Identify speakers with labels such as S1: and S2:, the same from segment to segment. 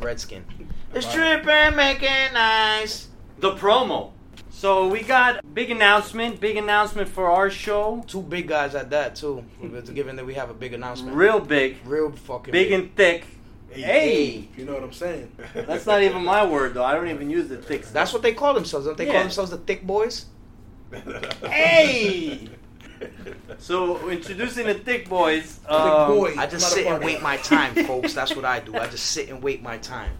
S1: Redskin. It's tripping, making nice. The promo.
S2: So we got big announcement, big announcement for our show.
S1: Two big guys at that too. Because given that we have a big announcement,
S2: Real big,
S1: real fucking
S2: big and thick. Hey.
S3: You know what I'm saying?
S2: That's not even my word though. I don't even use the thick.
S1: That's what they call themselves. Don't they
S2: Yeah.
S1: call themselves the thick boys?
S2: Hey. So introducing the thick boys. Um,
S3: boy.
S1: I just sit and
S3: motherfucker.
S1: wait my time, folks. That's what I do. I just sit and wait my time.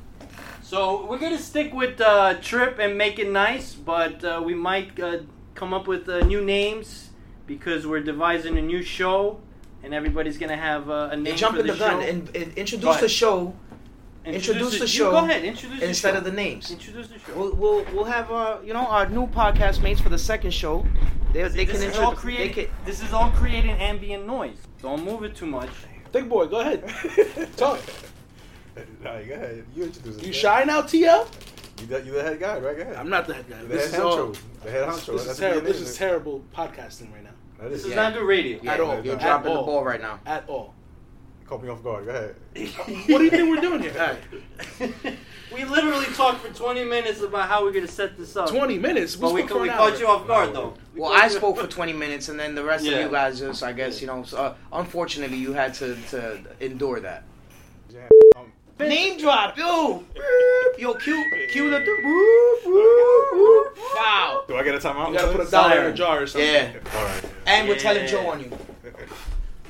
S2: So we're gonna stick with uh, Trip and make it nice, but uh, we might uh, come up with uh, new names because we're devising a new show, and everybody's gonna have uh, a name
S1: They jump
S2: for
S1: in
S2: the,
S1: the gun
S2: show.
S1: and, and
S2: Go
S1: introduce
S2: ahead.
S1: the show introduce
S2: it-
S1: the
S2: you
S1: show
S2: Go ahead, introduce the
S1: instead
S2: show.
S1: of the names.
S2: Introduce the show.
S1: We'll, we'll we'll have uh you know our new podcast mates for the second show. They they
S2: this
S1: can
S2: is all
S1: introduce. They
S2: creating.
S1: can,
S2: This is all creating ambient noise. Don't move it too much.
S4: Thick boy, go ahead. Talk.
S3: Nah, you go ahead. You introduce
S4: You
S3: us.
S4: shy now, TL?
S3: You the, you the head guy, right? Go ahead.
S4: I'm not the head guy.
S3: The
S4: This is
S3: head
S4: all.
S3: honcho. The head honcho.
S4: This is
S3: That's
S4: terrible.
S3: what it
S4: This is terrible podcasting right now.
S3: That
S2: This is
S1: Yeah.
S2: not good radio.
S1: yeah,
S4: At all.
S1: You're
S3: At
S1: dropping
S4: all.
S1: the ball right now.
S4: At all.
S3: Caught me off guard. Go ahead.
S4: what do you think we're doing here?
S2: we literally talked for 20 minutes about how we're gonna set this up.
S4: 20 minutes.
S2: But we,
S4: spoke for
S2: we
S4: an
S2: caught
S4: hour.
S2: you off guard though. We
S1: Well,
S2: caught
S1: I
S2: you-
S1: spoke for 20 minutes, and then the rest
S2: Yeah.
S1: of you guys just, I guess, you know, so, uh, unfortunately, you had to, to endure that.
S3: Jam. Um,
S1: Name drop, yo, Beep. yo, cue, cue the, whoop, whoop, whoop. wow.
S3: do I get a timeout?
S4: You gotta put a
S3: please?
S4: dollar in a
S2: Siren.
S4: jar or something.
S1: Yeah,
S3: All right.
S1: and we're telling
S2: Yeah.
S1: Joe on you.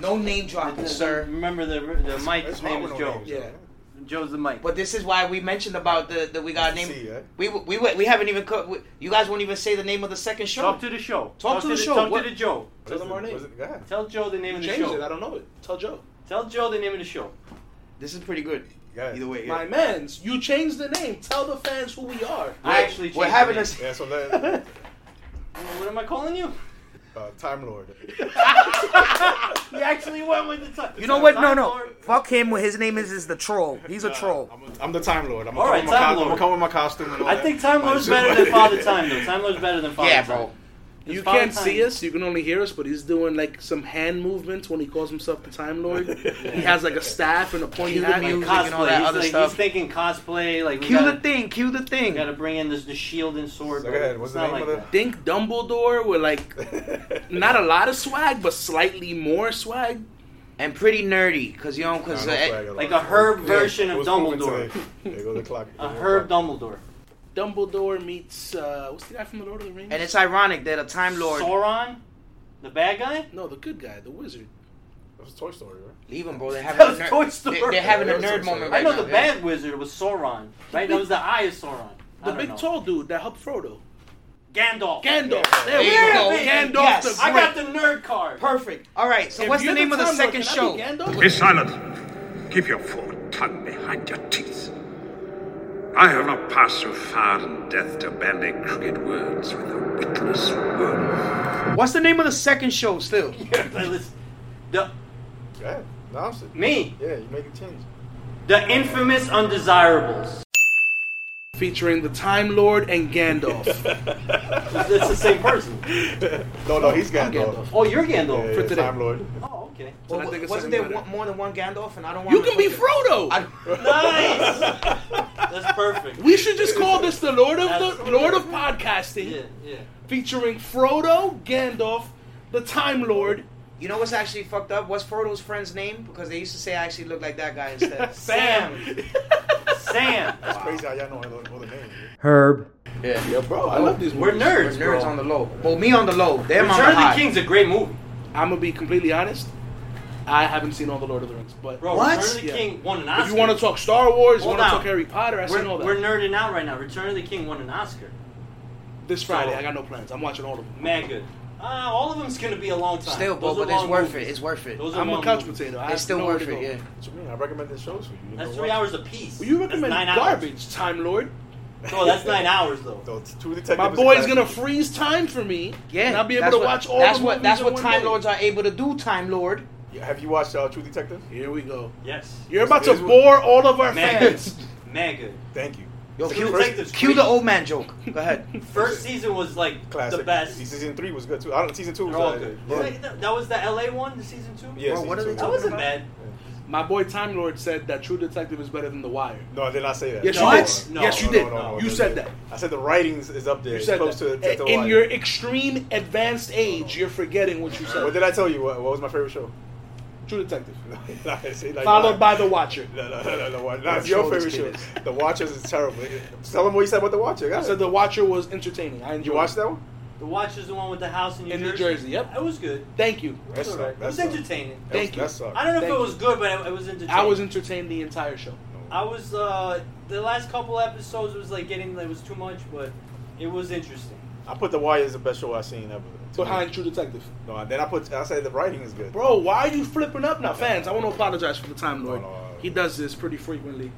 S1: No name dropping, sir.
S2: Remember the the mic's
S3: It's
S2: name
S3: hard
S2: is
S3: with no
S2: Joe.
S3: names,
S4: Yeah.
S3: though, right?
S2: Joe's the mic.
S1: But this is why we mentioned about the that we got a
S3: Nice to
S1: name.
S3: see you, eh?
S1: We we we haven't even co- we, you guys won't even say the name of the second show.
S2: Talk to the show.
S1: Talk to the show.
S2: Talk
S1: What-
S2: to the Joe.
S4: Tell them our
S3: Was it-
S4: name.
S3: was it- Go ahead.
S2: Tell Joe the name
S4: You
S2: of the
S4: changed it. I
S2: show.
S4: don't know it. Tell Joe.
S2: Tell Joe the name of the show.
S1: This is pretty good.
S3: Go ahead.
S1: Either way,
S4: My
S1: yeah.
S4: mans, you changed the name. Tell the fans who we are.
S2: I actually
S1: we're
S2: changed
S1: having
S2: the
S1: a
S2: name.
S3: Yeah, so that
S2: What am I calling you?
S3: uh, Time Lord.
S2: He actually went with the time.
S1: You know what? No, no. Fuck him. What his name is is the troll. He's a troll.
S3: I'm, a, I'm the Time Lord. I'm
S2: All right,
S3: gonna
S2: Time
S3: come with my co-
S2: Lord.
S3: I'm gonna come with my costume and all
S2: I
S3: that.
S2: think Time
S3: My
S2: Lord's
S3: suit.
S2: better than Father Time though. Time Lord's better than Father
S1: Yeah,
S2: Time.
S1: bro.
S4: You
S2: It's
S4: can't
S2: about
S4: see
S2: time.
S4: us, you can only hear us, but he's doing like some hand movements when he calls himself the Time Lord. He has like a staff and a pointy
S1: Cue the
S4: hat.
S1: music.
S4: Like,
S1: Cosplay,
S2: Cosplay.
S1: and all that
S2: he's,
S1: other
S2: like,
S1: stuff.
S2: he's thinking cosplay. Like we
S1: Cue the
S2: gotta,
S1: thing. Cue the
S2: we
S1: thing.
S2: gotta bring in this the shield and sword.
S3: So go
S2: bro.
S3: ahead, what's
S2: It's
S3: the
S2: not
S3: name of
S2: like
S3: the-
S2: that.
S4: think Dumbledore with like not a lot of swag, but slightly more swag.
S1: And pretty nerdy, cause you know,
S3: Nah,
S1: cause
S3: no
S1: uh,
S3: swag at
S2: like
S3: all.
S2: a herb
S3: Yeah,
S2: version of
S3: it was moving
S2: Dumbledore.
S3: today. There goes the clock.
S2: A Herb Dumbledore.
S4: Dumbledore meets uh, what's the guy from the Lord of the Rings?
S1: and it's ironic that a Time Lord.
S2: Sauron, the bad guy.
S4: no, the good guy, the wizard.
S3: That was Toy Story, right?
S1: Leave him, bro. They're having a
S2: That's Toy
S1: nerd.
S2: Story.
S1: They, they're having a
S3: That was
S1: nerd
S3: Toy
S1: moment
S3: Story.
S1: right
S2: I know
S1: now.
S2: the
S1: yeah.
S2: bad wizard was Sauron, right? That was the eye of Sauron. I
S4: The
S2: don't
S4: big
S2: know.
S4: tall dude that helped Frodo.
S2: Gandalf.
S4: Gandalf.
S3: Yeah.
S4: There we
S1: There
S4: go.
S1: it is.
S4: Gandalf
S1: Yes.
S4: the
S2: I
S4: Great.
S2: got the nerd card.
S4: perfect.
S1: All right. So
S4: If
S1: what's the
S4: you're
S1: name of the
S4: Time Lord,
S1: second
S4: can I be
S1: show?
S4: Gandalf?
S5: Be silent. Keep your full tongue behind your teeth. I have not passed so far in death to bandy crooked words with a witless worm.
S1: What's the name of the second show? Still.
S2: I listen- the
S3: Go ahead. No, I'm sitting.
S2: me,
S3: Yeah, you make a change.
S2: the infamous undesirables.
S4: Featuring the Time Lord and Gandalf.
S2: That's the same person.
S3: No, no, he's
S4: I'm
S3: Gandalf.
S4: Gandalf.
S2: Oh, you're
S3: Yeah,
S2: Gandalf.
S3: yeah,
S4: today.
S3: Time Lord.
S2: Oh, okay.
S4: So I
S1: Well,
S4: think it's
S1: wasn't
S4: something
S1: there
S4: better.
S1: one, more than one Gandalf? And I don't want.
S4: You can be Frodo.
S2: Nice. That's perfect.
S4: we should just call this the Lord of the
S2: Absolutely.
S4: Lord of Podcasting,
S2: Yeah, yeah.
S4: featuring Frodo, Gandalf, the Time Lord,
S1: You know what's actually fucked up? What's Frodo's friend's name? Because they used to say I actually look like that guy instead.
S2: Sam. Sam.
S3: It's crazy how y'all know all the- all the names.
S2: Herb.
S4: Yeah, bro, I love these
S2: We're
S4: movies.
S2: nerds,
S1: We're nerds
S2: bro.
S1: on the low. Well, me on the low. Them on
S2: Return
S1: the
S2: of the
S1: high.
S2: King's a great movie.
S4: I'm gonna be completely honest. I haven't seen all the Lord of the Rings, but
S2: Bro,
S1: What?
S2: Return of the
S4: Yeah.
S2: King won an
S4: if
S2: Oscar.
S4: you want to talk Star Wars, you
S2: Hold
S4: want to
S2: on.
S4: talk Harry Potter, I seen all
S2: we're,
S4: that.
S2: we're nerding out right now. Return of the King won an Oscar.
S4: this Friday,
S2: So-
S4: I got no plans. I'm watching all of them.
S2: Mad good. Uh, all of them's gonna be a long time.
S1: Still, bro,
S2: Those are
S1: but it's
S2: long
S1: worth it.
S2: movies.
S1: It's worth it.
S2: Those are
S4: I'm a
S2: long
S4: couch
S2: movies.
S4: potato. I
S1: It's
S4: have
S1: still
S4: nowhere
S1: worth
S4: to
S1: it.
S4: go.
S1: Yeah.
S3: What you mean? I recommend the shows for you. You
S2: That's
S3: know
S2: three
S3: what?
S2: hours a piece.
S4: Well, you
S2: That's
S4: recommend
S2: nine
S4: garbage, Time Lord.
S2: Hours. No, that's nine hours though.
S3: So it's two detectives.
S4: My
S3: a
S4: boy's
S3: class.
S4: gonna freeze time for me.
S1: Yeah.
S4: and I'll be able
S1: that's
S4: to
S1: what-
S4: watch all.
S1: That's
S4: the
S1: what.
S4: movies
S1: That's
S4: in
S1: what
S4: one
S1: Time
S4: day.
S1: Lords are able to do. Time Lord.
S3: Have you watched uh, True Detective?
S4: Here we go.
S2: Yes.
S4: You're about to
S3: Here's what-
S4: bore all of our
S2: Mad
S4: fans.
S2: good. Mad good.
S3: Thank you.
S1: Yo,
S3: So
S1: cue,
S3: the first-
S1: cue the old man joke. Go ahead.
S2: First season was like
S3: Classic.
S2: the best.
S3: Season three was good too. I don't. Season two was
S2: They're all
S3: uh,
S2: good.
S3: yeah.
S2: Like, that- That was the LA one, the season two.
S3: Yeah,
S1: Bro, what are
S3: season
S1: they
S3: two.
S2: that
S1: talking
S2: wasn't
S1: about?
S2: bad.
S4: My boy Time Lord said that True Detective is better than The Wire.
S3: No, I did not say that.
S4: Yes,
S2: No,
S4: you
S2: it's-
S4: did.
S2: no,
S4: yes, you
S2: no,
S4: did.
S2: no, no,
S4: you said that.
S3: I said the writings is up there.
S4: You
S3: It's
S4: said
S3: close
S4: that.
S3: To, to, to
S4: In
S3: Wire. Oh.
S4: your extreme advanced age, you're forgetting what you
S3: What
S4: said.
S3: did I tell you? What, what was my favorite show?
S4: True Detective.
S3: Nah, see, like,
S4: Followed
S3: nah.
S4: by The Watcher.
S3: No, no, no, no, no. Why-
S1: What
S3: That's your
S1: show this
S3: favorite show.
S1: kid
S3: The Watchers is terrible. Tell them what you said about The Watcher.
S4: I
S3: guys.
S4: said The Watcher was entertaining. I enjoyed
S3: you watched that one?
S2: The Watch is the one with the house in New
S4: In New
S2: Jersey.
S4: Jersey, yep.
S2: It was good.
S4: it. Thank you.
S3: That's
S2: it was, all right.
S3: not-
S2: it was
S3: that's not-
S2: entertaining.
S3: That
S4: Thank
S3: was-
S4: you.
S3: That sucked.
S2: I don't know if
S4: Thank
S2: it was good, but it, it was entertaining.
S4: I was entertained the entire show.
S2: I was uh, the last couple episodes was like getting it was too much, but it was interesting.
S3: I put The Wire as the best show I've seen ever.
S4: Behind True Detective.
S3: No, then I put. I said the writing is good.
S4: Bro, why are you flipping up now? Fans, I want to apologize for the Time Lord.
S3: No, no, no.
S4: He does this pretty frequently.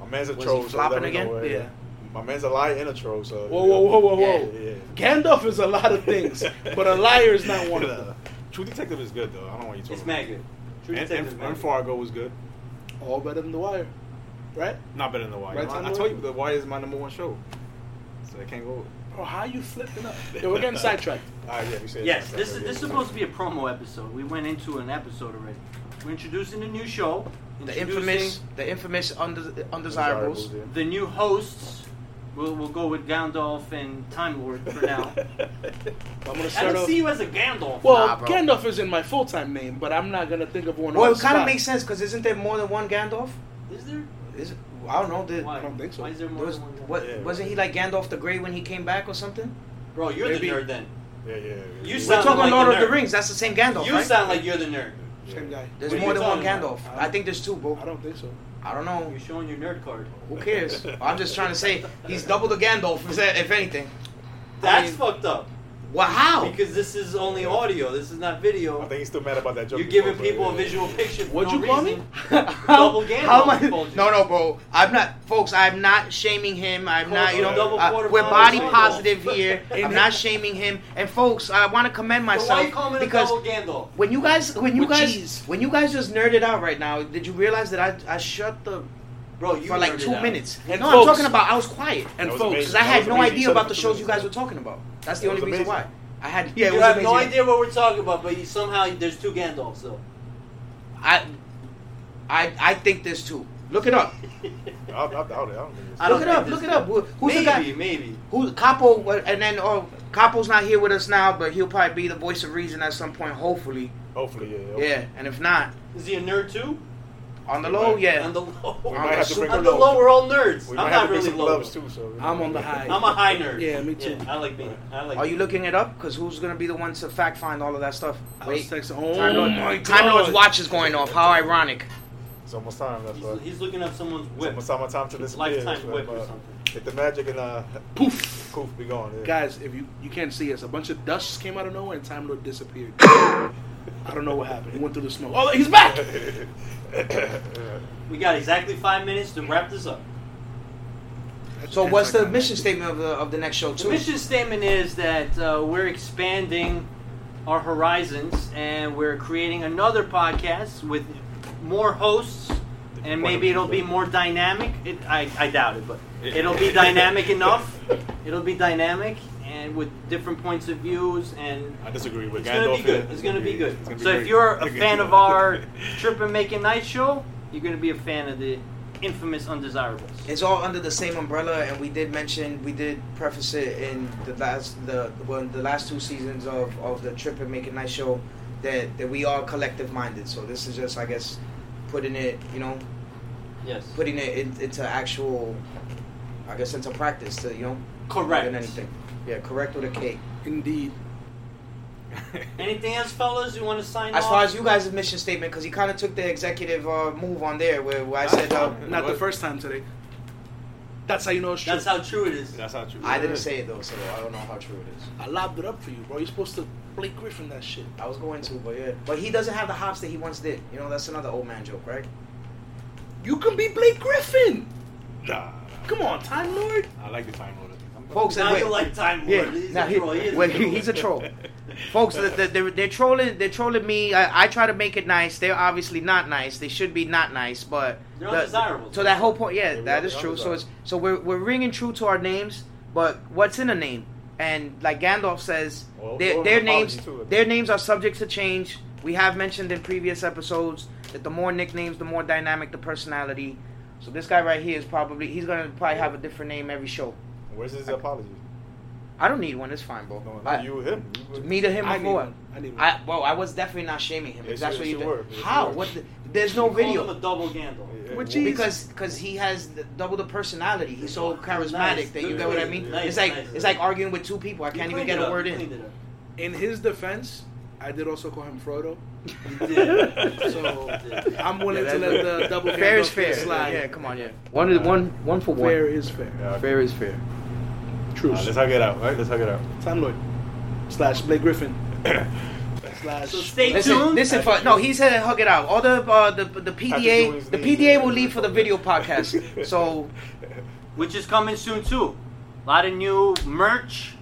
S3: My man's a
S1: Was he
S3: troll. so
S1: flopping
S3: let me know
S1: again?
S3: where-
S4: Yeah.
S3: My man's a liar and a troll. So.
S4: Whoa, whoa, whoa, whoa, whoa.
S3: Yeah, yeah.
S4: Gandalf is a lot of things, but a liar is not one of them.
S3: True Detective is good though. I don't want you talking.
S2: It's mad good. True
S3: And,
S2: Detective. is
S3: and,
S2: mad
S3: and
S2: good.
S3: Fargo was good.
S4: All better than The Wire. Right?
S3: Not better than The Wire.
S4: Right,
S3: I, I
S4: Tyler?
S3: told you The Wire is my number one show. So I can't go.
S4: Bro, how you flipping up? Yo, we're getting sidetracked.
S3: Ah, yeah, we said.
S2: Yes, this is this is supposed to be a promo episode. We went into an episode already. We're introducing a new show.
S1: The
S2: introducing
S1: infamous, the infamous unde- undesirables.
S3: Desirables,
S2: The new hosts. We'll, we'll go with Gandalf and Time Lord for now.
S4: I'm going to
S2: I
S4: start
S2: don't
S4: off.
S2: see you as a Gandalf.
S4: Well,
S1: Nah, bro.
S4: Gandalf isn't my full time name, but I'm not going to think of one
S1: Well,
S4: on
S1: it
S4: the
S1: kind of
S4: spot.
S1: makes sense because isn't there more than one Gandalf?
S2: is there?
S1: Is it, I don't know. The,
S2: Why?
S4: I don't think so.
S2: Why is there
S1: there
S2: more
S1: was,
S2: than one Gandalf?
S1: what,
S3: Yeah,
S1: wasn't he like Gandalf the Grey when he came back or something?
S2: Bro, you're
S4: Maybe.
S2: the nerd then.
S3: Yeah, yeah. yeah.
S2: You
S3: Yeah.
S1: We're
S2: sound-
S1: talking
S2: like
S1: Lord
S2: the
S1: of the
S2: nerd.
S1: Rings. That's the same Gandalf,
S2: You
S1: right?
S2: sound like you're the nerd.
S4: Same guy.
S1: there's
S2: What
S1: more
S2: you
S1: than one
S2: talking about?
S1: Gandalf. I think there's two, bro.
S4: I don't think so.
S1: I don't know.
S2: You're showing your nerd card.
S1: Who cares? I'm just trying to say he's double the Gandalf, if that- if anything.
S2: That's
S1: mean-
S2: fucked up.
S1: Well, how?
S2: Because this is only audio. This is not
S3: I
S2: video.
S3: think he's still mad about that joke.
S2: You're
S3: before,
S2: giving
S3: but
S2: people
S3: yeah,
S2: a
S3: yeah.
S2: visual picture. for
S4: What'd
S2: no
S4: you call me?
S2: reason.
S1: how,
S2: Double Gandalf,
S1: am I?
S2: he called you.
S1: No, no, bro. I'm not, folks. I'm not shaming him. I'm not. You
S3: him
S1: know,
S3: double
S1: uh,
S2: quarter
S1: we're
S2: pounder
S1: body
S2: Gandalf.
S1: positive here. I'm not shaming him. And folks, I want to commend
S2: So why you
S1: myself
S2: calling him
S1: because
S2: double Gandalf?
S1: when you guys, when you
S4: With
S1: guys,
S4: cheese.
S1: when you guys just nerded out right now, did you realize that I, I shut the
S2: Bro, you
S1: for like
S2: nerded
S1: two
S2: out.
S1: minutes?
S4: And
S1: no,
S4: folks-
S1: I'm talking about. I was quiet
S4: And
S3: That was
S4: folks,
S3: amazing.
S1: because I
S3: That
S1: had
S3: was
S1: no
S3: amazing. You
S1: idea
S3: said
S1: about
S3: it
S1: the
S3: for two
S1: shows you guys
S3: minutes.
S1: were talking about. That's the
S3: That
S1: only
S3: was
S1: reason why.
S3: amazing.
S1: I had yeah. It
S2: you
S1: was
S2: have no
S1: amazing.
S2: idea what we're talking about, but you, somehow there's two Gandalfs, though.
S1: I, I, I think there's two. Look it up.
S3: I, I doubt it. I don't think it's.
S2: I don't
S1: Look it
S2: think
S1: up,
S2: there's
S1: look
S2: two.
S1: it up. Who- who's the
S2: maybe,
S1: guy-
S2: Maybe.
S1: Who Capo what- and then oh Capo's not here with us now, but he'll probably be the voice of reason at some point, hopefully.
S3: Hopefully, yeah. hopefully.
S1: Yeah, and if not,
S2: Is he a nerd too?
S1: on the low, yeah.
S2: On the low.
S3: We
S1: I'm
S3: might
S1: a
S3: have to bring
S2: on
S3: her
S2: the low,
S3: low.
S2: we're all nerds.
S3: We
S2: I'm
S3: might
S2: not
S3: have to bring
S2: really
S3: some
S2: low.
S3: gloves
S2: though.
S3: too. So
S4: I'm on the high.
S2: I'm a high nerd.
S4: Yeah, me too.
S2: I like being. I like.
S1: Are you looking it up? Because who's gonna be the one to fact find all of that stuff?
S4: I
S1: Wait,
S4: was texting. Oh
S1: Time Lord,
S4: my god.
S1: Time Lord's watch is going off. How ironic!
S3: It's almost time. That's why.
S2: He's, he's looking up someone's
S3: It's
S2: whip.
S3: almost time. My time to disappear.
S2: Lifetime
S3: that's why,
S2: whip or
S3: but
S2: something.
S3: Hit the magic and uh,
S4: Poof.
S3: poof, be gone. Yeah.
S4: Guys, if you you can't see us, a bunch of dust just came out of nowhere and Time Lord disappeared. I don't know what happened. He went through the smoke. Oh, he's back.
S2: We got exactly five minutes to wrap this up.
S1: So what's
S4: That's
S1: the
S4: like-
S1: mission statement of the of the next show
S2: The
S1: too?
S2: mission statement is that uh, we're expanding our horizons and we're creating another podcast with more hosts, and maybe it'll be more dynamic. It, I, I doubt it, but it'll be dynamic enough. It'll be dynamic and with different points of views and
S3: I disagree with
S2: It's gonna be
S3: Gandalf.
S2: good. It's gonna be good.
S3: It's gonna be
S2: So if
S3: great.
S2: you're a fan of our trip and making night show, you're gonna be a fan of the infamous undesirables.
S1: It's all under the same umbrella, and we did mention we did preface it in the last the one the last two seasons of of the Trip and Make It Nice show that that we are collective minded. So this is just I guess putting it you know
S2: Yes.
S1: putting it in, into actual, I guess, into practice to you know
S2: Correct.
S1: more than anything. Yeah, correct with a K.
S4: Indeed.
S2: Anything else, fellas? You want to sign
S1: As
S2: off?
S1: far as you guys' mission statement, because he kind of took the executive uh, move on there, where, where I said uh,
S4: Not the first time today. That's how you know it's true.
S2: That's how true it is.
S3: That's not true.
S1: I didn't say it though, so I don't know how true it is.
S4: I lobbed it up for you, bro. You're supposed to play Griffin that shit.
S1: I was going to, but yeah, but he doesn't have the hops that he once did. You know, that's another old man joke, right?
S4: You can be Blake Griffin.
S3: Nah,
S4: Come on, Time Lord.
S3: I like the time order. I'm
S1: folks.
S2: Now
S1: wait.
S2: you're like Time Lord.
S1: Yeah,
S2: He's
S1: nah,
S2: a troll. He is a
S1: well,
S2: troll.
S1: he's a troll. Folks, the- the- they're, they're trolling. They're trolling me. I, I try to make it nice. They're obviously not nice. They should be not nice, but
S2: They're
S1: the-
S2: undesirable.
S1: So that whole point, yeah,
S3: Yeah, we
S1: that
S3: are
S1: is
S3: the
S1: true. So it's
S3: undesirable.
S1: so we're we're ringing true to our names, but what's in a name? And like Gandalf says,
S3: Well,
S1: their,
S3: well,
S1: their
S3: apologies
S1: names
S3: to it.
S1: their names are subject to change. We have mentioned in previous episodes that the more nicknames, the more dynamic the personality. So this guy right here is probably he's gonna probably have a different name every show.
S3: Where's his apology?
S1: I don't need one. It's fine, bro.
S3: No, not
S1: I-
S3: you, him. You would-
S1: me to him
S4: I need
S1: before.
S4: one. I need one.
S1: I well, I was definitely not shaming him.
S3: Yes,
S1: that's
S3: you-
S1: what you
S3: yes,
S1: did.
S3: you were. Yes,
S1: How?
S3: you were.
S1: What? The, there's no video.
S2: Call him a double Gandalf.
S3: Yeah,
S4: Which
S3: well,
S4: is-
S1: Because because he has the, double the personality. He's so charismatic
S2: Nice,
S1: that you
S2: good
S1: get what I
S2: way,
S1: mean.
S2: nice,
S1: it's like
S2: nice.
S1: it's like arguing with two people. I can't
S2: You cleaned
S1: even get
S2: it
S1: a
S2: up,
S1: word
S2: you
S1: in.
S2: cleaned it up.
S4: In his defense, I did also call him Frodo.
S2: Yeah.
S4: So
S2: Yeah.
S4: I'm willing to let the double
S1: fair is
S4: Gandalf
S1: fair.
S4: slide.
S1: Yeah, come on, yeah. One is one one for
S4: Fair is fair.
S3: Yeah, okay.
S1: Fair is fair.
S4: True.
S3: Nah, let's hug it out, right? Let's hug it out.
S4: Time Lord slash Blake Griffin slash.
S2: So stay
S1: Listen,
S2: tuned.
S1: listen for no. He said hug it out. All the uh, the the
S3: do his
S1: PDA the
S3: knees.
S1: PDA will leave for the video podcast. So
S2: which is coming soon too. A lot of new merch,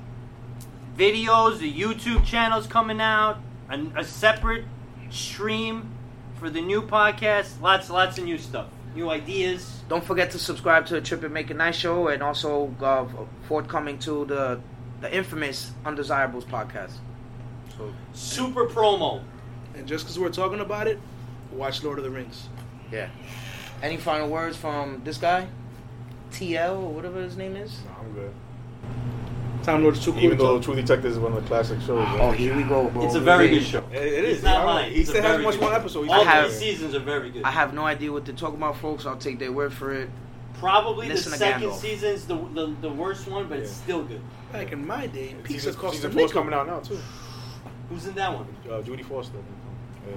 S2: videos, the YouTube channel's coming out, a, a separate stream for the new podcast. Lots, lots of new stuff, new ideas.
S1: Don't forget to subscribe to the Trip and Make a Nice show and also uh, forthcoming to the the infamous Undesirables podcast. So
S2: Super promo.
S4: And just because we're talking about it, watch Lord of the Rings.
S1: yeah. Any final words from this guy? TL or whatever his name is?
S3: Nah, I'm good.
S4: Time Lord's too cool.
S3: Even
S4: to
S3: though
S4: talk.
S3: Truth Detective is one of the classic shows. right?
S1: Oh, here we go, bro.
S2: It's a very good show.
S3: It- it
S2: He's
S3: is.
S2: not
S3: I don't-
S2: lying.
S3: He
S2: It's
S3: still
S2: a
S3: has
S2: very
S3: much
S2: good
S3: more
S2: show.
S3: episode. He's
S2: All
S3: still
S1: have-
S2: three
S3: there.
S2: seasons are very good.
S1: I have no idea what they're talking about, folks. I'll take their word for it.
S2: Probably the
S1: Listen to
S2: second
S1: Gandalf.
S2: season's the, the the worst one, but it's
S3: Yeah.
S2: still good.
S4: Back in my day, pizza
S3: Season,
S4: cost a
S3: season four's
S4: nickel.
S3: coming out now too.
S2: Who's in that one?
S3: Uh, Judy Foster.
S4: Oh.
S3: Yeah.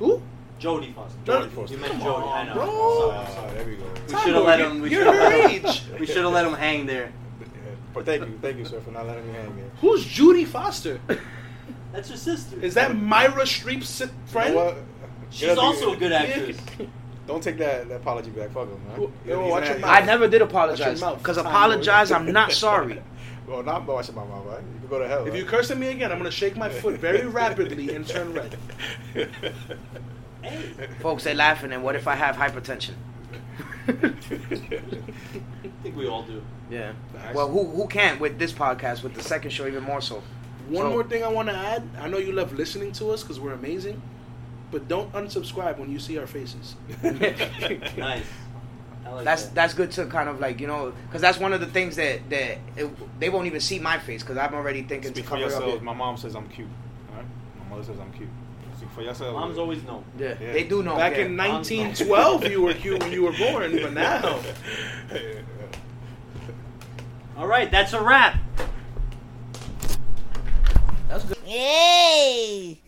S4: Who?
S2: Jodie Foster.
S3: Jodie
S2: Jodie.
S3: Foster.
S2: You meant
S3: Come
S2: Jodie. I know.
S4: bro.
S2: I'm sorry, I'm
S3: Ah,
S2: sorry.
S3: there we go.
S2: We
S4: Time
S2: should have
S4: Lord,
S2: let
S4: you-
S2: him. We
S4: you're
S2: should have
S4: her
S2: let him.
S4: age.
S2: We should have let him hang there.
S3: Yeah. But thank you, thank you, sir, for not letting me hang. Man.
S4: Who's Judy Foster?
S2: That's your sister.
S4: Is that Myra Streep's si- friend?
S3: You know what?
S2: She's
S3: You know,
S2: also
S3: you-
S2: a good actress.
S3: Don't take that, that apology back. Fuck him, man.
S4: Yo,
S3: He's an
S4: watch your
S3: ass.
S4: mouth.
S1: I never did apologize.
S4: Watch your mouth.
S1: Because
S4: Time
S1: apologize,
S3: Lord.
S1: I'm not sorry.
S3: Well, not watching my mouth, right? You can go to hell.
S4: If you
S3: right?
S4: curse at me again, I'm gonna shake my foot very rapidly and turn red. eh?
S2: Hey,
S1: folks, they're laughing, and what if I have hypertension?
S2: I think we all do.
S1: yeah. Well, who who can't with this podcast, with the second show, even more so?
S4: One
S1: So-
S4: more thing I want to add. I know you love listening to us because we're amazing, but don't unsubscribe when you see our faces.
S2: Nice. I like
S1: that's
S2: that.
S1: that's good to kind of like you know because that's one of the things that that it, they won't even see my face because I'm already thinking to
S3: Speak for
S1: cover it
S3: yourselves.
S1: up.
S3: My mom says I'm cute. All right? My mother says I'm cute. Speak for yourselves.
S2: Moms always know.
S1: Yeah.
S3: Yeah.
S1: they do know.
S4: Back
S1: yeah.
S4: in 1912, you were cute when you were born, but now
S2: All right, that's a wrap.
S6: Yay!